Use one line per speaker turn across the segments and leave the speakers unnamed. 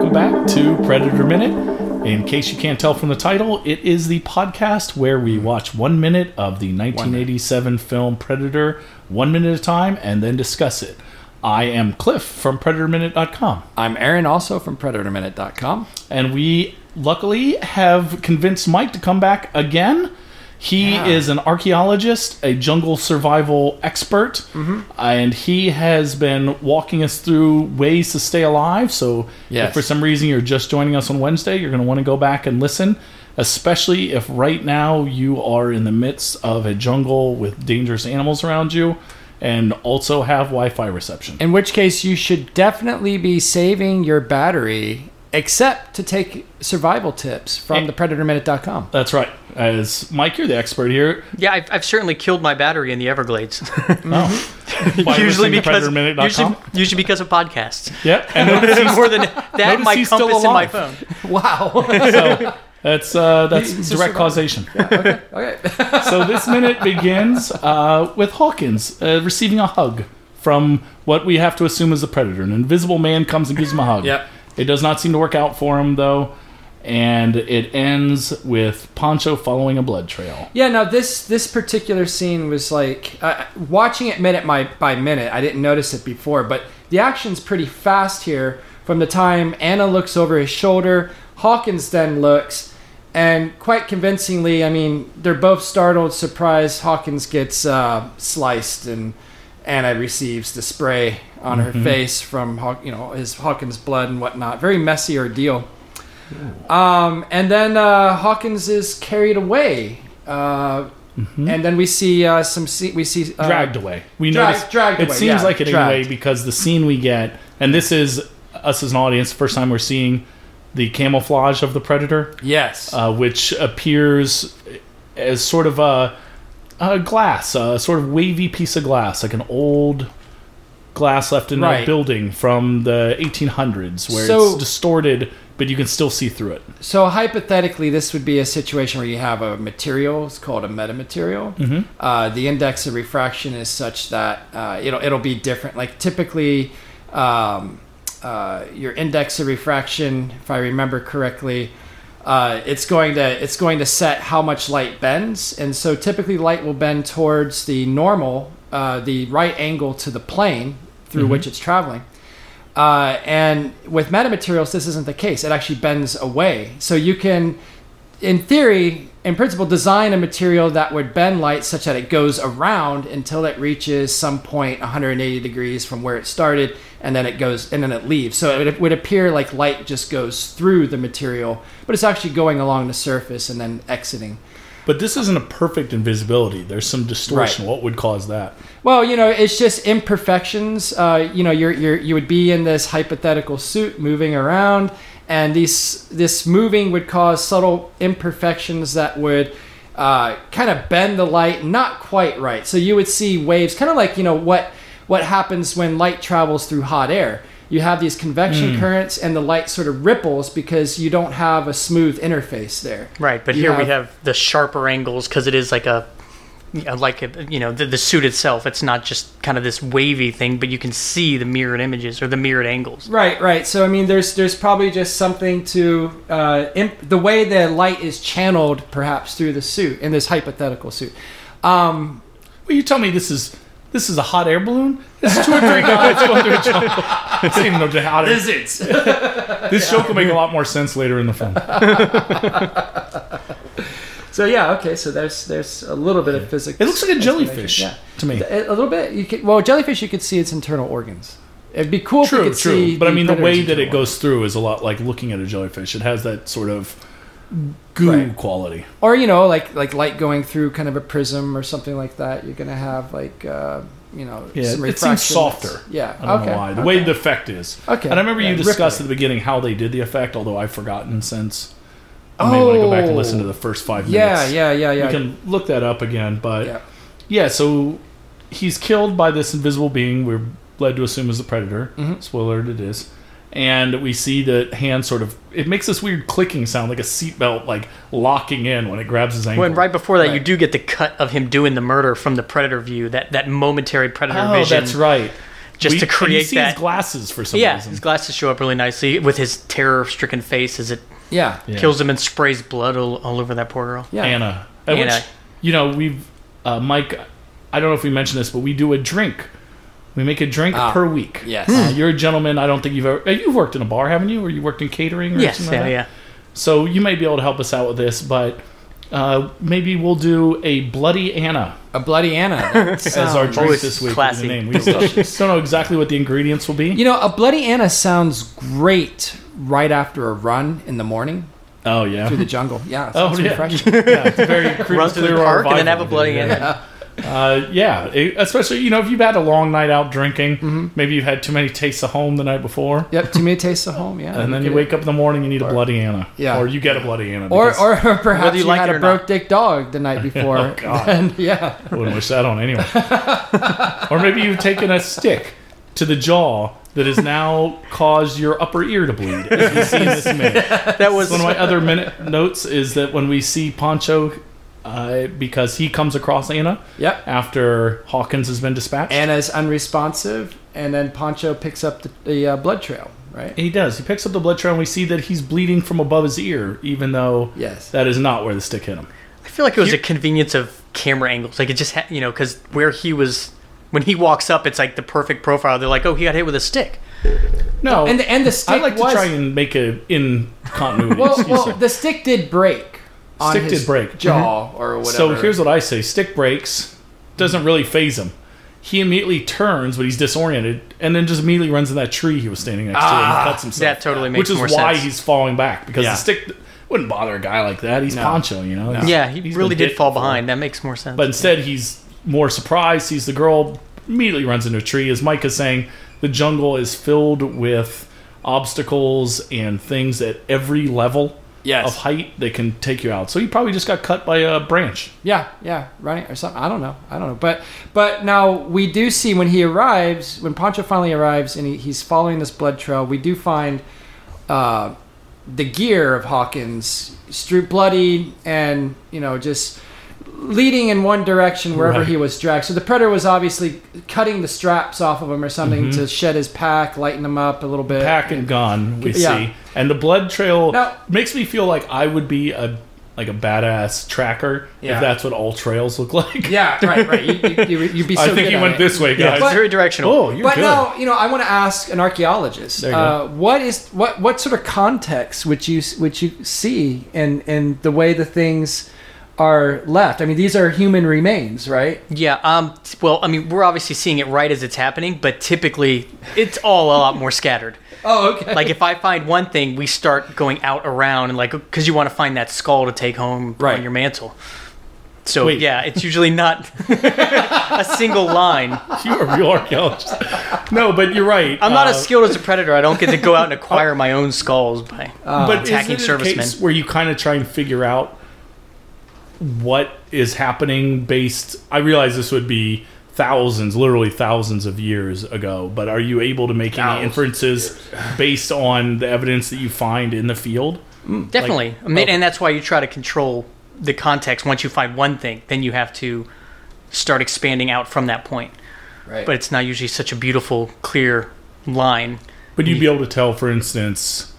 to Predator Minute. In case you can't tell from the title, it is the podcast where we watch one minute of the 1987 film Predator, one minute at a time, and then discuss it. I am Cliff from PredatorMinute.com,
I'm Aaron, also from PredatorMinute.com.
and we luckily have convinced Mike to come back again. He
Yeah.
is an archaeologist, a jungle survival expert,
Mm-hmm.
and he has been walking us through ways to stay alive. So,
Yes.
if for some reason you're just joining us on Wednesday, you're going to want to go back and listen, especially if right now you are in the midst of a jungle with dangerous animals around you and also have Wi Fi reception.
In which case, you should definitely be saving your battery, except to take survival tips from the PredatorMinute.com.
That's right. As Mike, you're the expert here.
Yeah, I've, I've certainly killed my battery in the Everglades.
Oh. By
Mm-hmm. usually
listening to
because
PredatorMinute.com?
usually, usually because of podcasts.
Yep. And notice he's-
More than that,
notice
my
he's still
compass in my
alive.
phone.
Wow.
That's uh, that's
It's a
direct
survivor.
causation.
okay.
so this minute begins uh, with Hawkins uh, receiving a hug from what we have to assume is the predator. An invisible man comes and gives him a hug.
Yep.
It does not seem to work out for him though, and it ends with Poncho following a blood trail.
Yeah, no, this this particular scene was like uh, watching it minute by, by minute. I didn't notice it before, but the action's pretty fast here. From the time Anna looks over his shoulder, Hawkins then looks, and quite convincingly, I mean, they're both startled, surprised. Hawkins gets uh, sliced, and Anna receives the spray on her face from Haw- you know his Hawkins blood and whatnot. Very messy ordeal. Um, and then uh, Hawkins is carried away, uh, and then we see uh, some. Se- we see uh,
Dragged away. We
drag-
notice
dragged
it
away,
seems
yeah,
like it anyway
dragged.
because the scene we get, and this is us as an audience first time we're seeing the camouflage of the predator.
Yes.
uh, which appears as sort of a, a glass, a sort of wavy piece of glass, like an old glass left in a
Right.
building from the 1800s, where it's
So-
distorted, but you can still see through it.
so hypothetically, this would be a situation where you have a material. It's called a metamaterial. Uh, the index of refraction is such that uh, it'll it'll be different. Like typically, um, uh, your index of refraction, if I remember correctly. Uh, it's going to it's going to set how much light bends, and so typically light will bend towards the normal, uh, the right angle to the plane through which it's traveling. Uh, and with metamaterials, this isn't the case. It actually bends away. So you can, in theory, in principle, design a material that would bend light such that it goes around until it reaches some point 180 degrees from where it started, and then it goes and then it leaves. So it would, would appear like light just goes through the material, but it's actually going along the surface and then exiting.
But this isn't a perfect invisibility. There's some distortion.
Right.
What would cause that?
Well, you know, it's just imperfections. Uh, you know, you're, you're you would be in this hypothetical suit moving around, and these this moving would cause subtle imperfections that would uh, kind of bend the light not quite right. So you would see waves, kind of like you know what what happens when light travels through hot air. You have these convection
Hmm.
currents, and the light sort of ripples because you don't have a smooth interface there.
Right, but
You
here we have the sharper angles because it is like a, you know, like a, you know, the, the suit itself. It's not just kind of this wavy thing, but you can see the mirrored images or the mirrored angles.
Right, right. So I mean, there's there's probably just something to uh, imp- the way the light is channeled, perhaps through the suit in this hypothetical suit. Um,
Well, you tell me this is this is a hot air balloon. This is two or three guys going through a jungle. I don't even know the hot air.
Lizards.
This joke will make a lot more sense later in the film.
so yeah, okay. So there's there's a little bit of physics.
It looks like a
explanation,
jellyfish
Yeah.
to me.
A a little bit. You could well jellyfish. You could see its internal organs. It'd be cool. if
True,
you could
true.
See
but I mean, the
predator's
way that it
internal organs.
goes through is a lot like looking at a jellyfish. It has that sort of goo
Right.
quality.
or you know, like like light going through kind of a prism or something like that. You're gonna have like uh, you know,
Yeah,
some
it seems
refraction.
softer.
Yeah.
I don't
okay.
know why. The
okay.
way the effect is.
Okay.
And I remember
Yeah,
you discussed at
rippling.
the beginning how they did the effect, although I've forgotten since. I may want to go back and
Oh.
listen to the first five
Yeah,
minutes.
yeah, yeah, yeah.
You can look that up again. But
Yeah.
yeah, so he's killed by this invisible being we're led to assume is the predator.
Mm-hmm.
Spoiler alert, it is. And we see the hand sort of it makes this weird clicking sound like a seatbelt like locking in when it grabs his ankle.
When right before that, you
Right.
do get the cut of him doing the murder from the predator view. That that momentary predator
Oh,
vision.
that's right.
just
We-
to
and you
create
see
that.
his glasses for some
yeah,
reason.
his glasses show up really nicely with his terror-stricken face as it
Yeah.
Yeah.
kills him and sprays blood all, all over that poor girl.
Yeah.
Anna. At
Anna.
Which, you know, we've, uh, Mike, I don't know if we mentioned this, but we do a drink. We make a drink
Ah,
per week.
yes.
Hmm.
Uh, you're a gentleman. I don't think you've ever, uh, you've worked in a bar, haven't you? Or you worked in catering or
Yes,
something like
yeah,
that?
yeah.
So you may be able to help us out with this, but uh, maybe we'll do a Bloody Anna
A bloody Anna. That
as our
sounds-
drink
Oh. always
this week.
classy.
The name. We don't know exactly what the ingredients will be.
You know, a bloody Anna sounds great right after a run in the morning
oh, yeah.
through the jungle. Yeah. It
Oh,
sounds
yeah.
refreshing.
yeah, it's very cruise
Run through the
clear
park and
revival
then have a
we
bloody
did,
end.
yeah. Uh, yeah, it- especially you know if you've had a long night out drinking,
Mm-hmm.
maybe you've had too many tastes of home the night before,
Yep. To me, it tastes of home. Yeah.
and then you
get
wake up in the morning you need a bloody Anna,
Yeah.
or you get a bloody Anna,
it. Or,
because
or perhaps
you
you,
like
had
it
a
or not.
broke dick dog the night before.
Oh, God.
And yeah.
I wouldn't wish that on anyone. or maybe you've taken a stick to the jaw that has now caused your upper ear to bleed. As we see this man.
That was
One of my other minute notes is that when we see Poncho, uh, because he comes across Anna
Yep.
after Hawkins has been dispatched.
Anna's unresponsive, and then Poncho picks up the, the uh, blood trail, right?
He does. He picks up the blood trail, and we see that he's bleeding from above his ear, even though
Yes.
that is not where the stick hit him.
I feel like it was a convenience of camera angles. Like it just, ha- you know, because where he was, when he walks up, it's like the perfect profile. They're like, oh, he got hit with a stick.
No,
And the, and the stick
I like
was,
to try and make a in continuity.
well,
excuse
well,
me.
the stick did break. On
Stick
his
did break. Mm-hmm.
Jaw or whatever.
So here's what I say: stick breaks doesn't really phase him. He immediately turns, but he's disoriented, and then just immediately runs in that tree he was standing next to and cuts himself.
Ah, That totally makes
which is
more
why
sense.
he's falling back because
Yeah.
the stick wouldn't bother a guy like that. He's Poncho, you know. He's-
yeah, he
he's
really
been
did
hit
fall
before.
behind. That makes more sense.
But instead, he's more surprised, sees the girl, immediately runs into a tree. As Mike is saying, the jungle is filled with obstacles and things at every level
Yes.
of height that can take you out. So he probably just got cut by a branch.
Yeah, yeah, running or something. I don't know. I don't know. But but now we do see when he arrives, when Pancho finally arrives, and he, he's following this blood trail. We do find uh, the gear of Hawkins, stre- bloody, and you know just leading in one direction wherever
Right.
he was dragged. So the predator was obviously cutting the straps off of him or something to shed his pack, lighten him up a little bit.
Mm-hmm. Pack and gone, we
Yeah.
see. And the blood trail
Now-
makes me feel like I would be a like a badass tracker
Yeah.
if that's what all trails look like.
Yeah, right, right. You, you, you, would be. So
I think
good
he
at
went
it.
this way,
yeah,
guys.
it's very directional.
oh, you're
but
good.
now, you know, I want to ask an archaeologist.
There you
Uh, what is what what sort of context would you would you see in in the way the things are left? I mean, these are human remains, right?
Yeah. Um. t- Well, I mean, we're obviously seeing it right as it's happening, but typically, it's all a lot more scattered.
Oh, okay.
Like if I find one thing, we start going out around and like because you want to find that skull to take home
Right.
on your mantle. So
Wait.
yeah, it's usually not a single line.
You're a real archaeologist. No, but you're right.
I'm not
Uh,
as skilled as a predator. I don't get to go out and acquire my own skulls by.
but
Uh, attacking
isn't it a
servicemen.
case where you kind of try and figure out what is happening based i realize this would be thousands literally thousands of years ago but are you able to make any
Thousands of
inferences based on the evidence that you find in the field
Definitely. I mean,
okay.
And that's why you try to control the context. Once you find one thing, then you have to start expanding out from that point.
right.
But it's not usually such a beautiful, clear line.
would you be able to tell for instance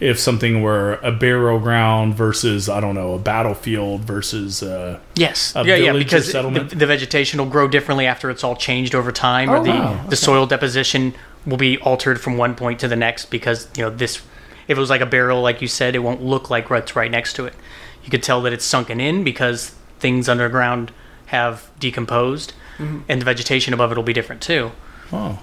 if something were a burial ground versus i don't know a battlefield versus uh,
Yes.
A
yeah, yeah,
village or
because the,
settlement?
the vegetation will grow differently after it's all changed over time, or
Oh,
the,
wow.
the soil deposition will be altered from one point to the next because, you know, this, if it was like a barrel, like you said, it won't look like what's right next to it. You could tell that it's sunken in because things underground have decomposed, and the vegetation above it will be different too.
oh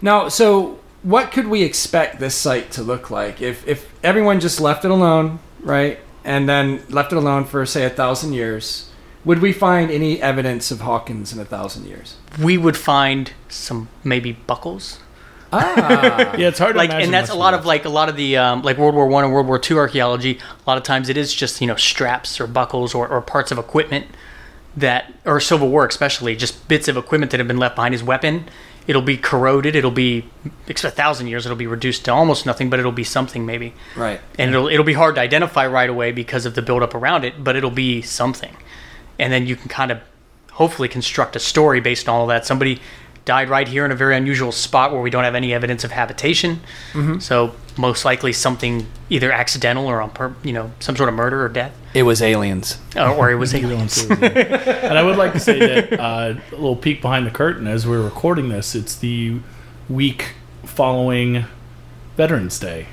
Now, so what could we expect this site to look like if if everyone just left it alone, right? And then left it alone for say a thousand years? Would we find any evidence of Hawkins in a thousand years?
We would find some maybe buckles.
Ah,
yeah it's hard to
like
imagine
and that's a
much
lot
more.
of like a lot of the um, like world war one and world war two archaeology a lot of times it is just you know straps or buckles or, or parts of equipment that or civil war especially just bits of equipment that have been left behind as weapon it'll be corroded it'll be it's a thousand years it'll be reduced to almost nothing but it'll be something maybe
right.
and it'll it'll be hard to identify right away because of the buildup around it, but it'll be something, and then you can kind of hopefully construct a story based on all that. Somebody died right here in a very unusual spot where we don't have any evidence of habitation. So most likely something either accidental or on pur- you know some sort of murder or death,
It was aliens.
or, or it was aliens.
And I would like to say that uh, a little peek behind the curtain as we're recording this, it's the week following Veterans Day.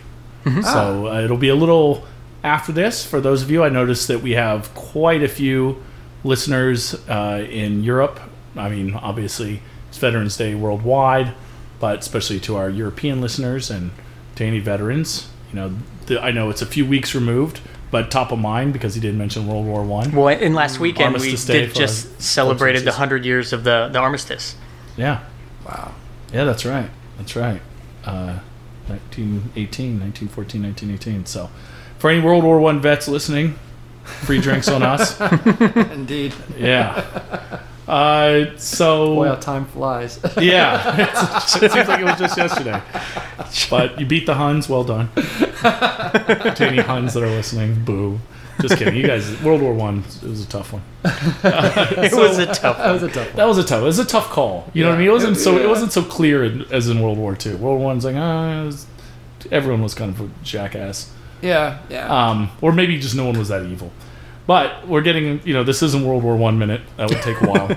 So uh, it'll be a little after this. For those of you, I noticed that we have quite a few listeners uh, in Europe. I mean, obviously, it's Veterans Day worldwide, but especially to our European listeners and to any veterans. You know, th- I know it's a few weeks removed, but top of mind because he did mention World War One.
Well, and last weekend we
Mm, Armistice Day
did
for
just celebrated the
substances.
hundred years of the, the armistice.
Yeah.
Wow.
Yeah, that's right. That's right. Uh, 1918, 1914, 1918. So, for any World War One vets listening, free drinks on us.
Indeed.
Yeah. Uh, so
Boy, how time flies.
yeah, It's- it seems like it was just yesterday. But you beat the Huns. Well done. to any Huns that are listening, boo. Just kidding. You guys, World War One it was a tough one.
It
So-
was a tough.
that was a tough one.
That was a tough. It was a tough call. You know what I mean? It wasn't so. It wasn't so clear in, as in World War Two. World War One's like ah, it was- everyone was kind of a jackass,
Yeah, yeah.
Uh,
um, or maybe just no one was that evil. But we're getting, you know, this isn't World War One minute. That would take a while.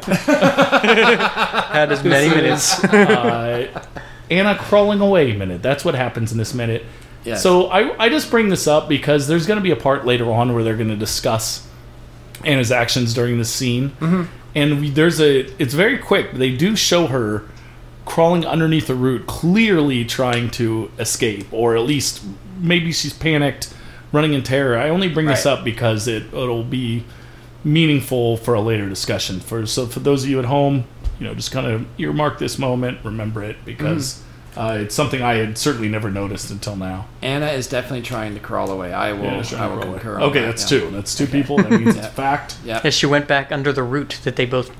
Had as many minutes.
uh, Anna crawling away minute. That's what happens in this minute.
Yes.
So I, I just bring this up because there's going to be a part later on where they're going to discuss Anna's actions during this scene,
Mm-hmm.
and we, there's a it's very quick. They do show her crawling underneath a root, clearly trying to escape, or at least maybe she's panicked, running in terror. I only bring this
Right.
up because it it'll be meaningful for a later discussion. For so for those of you at home, you know, just kind of earmark this moment, remember it because
Mm-hmm.
uh, it's something I had certainly never noticed until now.
Anna is definitely trying to crawl away. I will.
Yeah, sure,
I will
roll it.
concur. on
okay,
that,
that's
yeah.
two. That's two people. That means it's a fact.
Yeah.
As she went back under the root that they both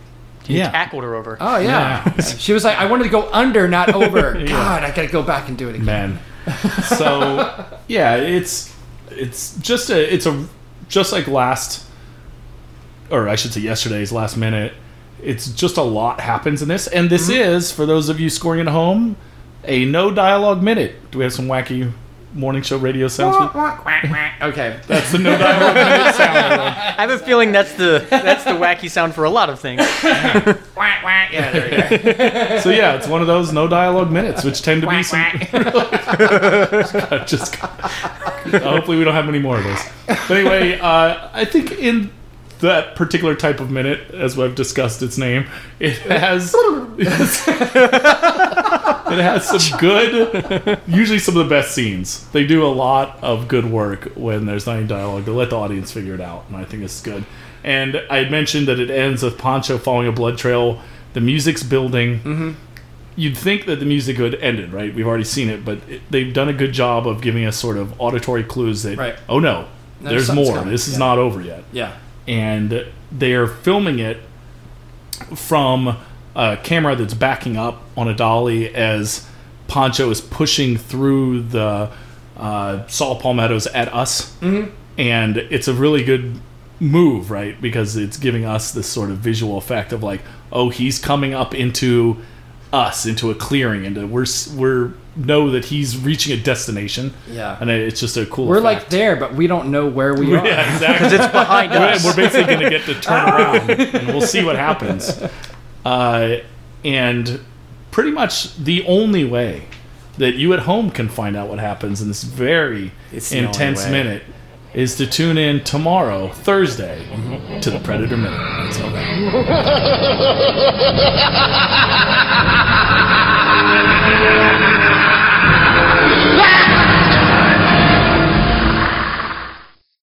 Yeah.
tackled her over.
Oh yeah. she was like, I wanted to go under, not over. God, I gotta go back and do it again.
man. So yeah, it's it's just a it's a just like last or I should say yesterday's last minute. It's just a lot happens in this, and this is for those of you scoring at home a no dialogue minute. Do we have some wacky morning show radio sounds?
Okay.
That's the no dialogue minute sound.
I have a feeling that's the that's the wacky sound for a lot of things.
yeah, there you go.
So yeah, it's one of those no dialogue minutes, which tend to be some. just Uh, hopefully we don't have many more of those. But anyway, uh, I think in that particular type of minute, as we've discussed its name, it has it has some good, usually some of the best scenes. They do a lot of good work when there's not any dialogue. They let the audience figure it out, and I think it's good. And I had mentioned that it ends with Poncho following a blood trail. The music's building
Mm-hmm.
you'd think that the music would end it, right? We've already seen it, but it, they've done a good job of giving us sort of auditory clues that,
Right.
oh no,
No,
there's
something's
more.
coming.
This is
Yeah.
not over yet.
Yeah.
And they are filming it from a camera that's backing up on a dolly as Poncho is pushing through the uh, Saul Palmettos at us. Mm-hmm. And it's a really good move, right? Because it's giving us this sort of visual effect of like, oh, he's coming up into us, into a clearing, and we're s- we're know that he's reaching a destination.
Yeah.
and it's just a cool.
We're
effect.
like there, but we don't know where we are.
Yeah, exactly. it's behind us. We're basically going to get to turn around, and we'll see what happens. Uh, and pretty much the only way that you at home can find out what happens in this very
It's the only
intense
way.
minute is to tune in tomorrow, Thursday, to the Predator Minute. Until then.
Ha ha ha ha!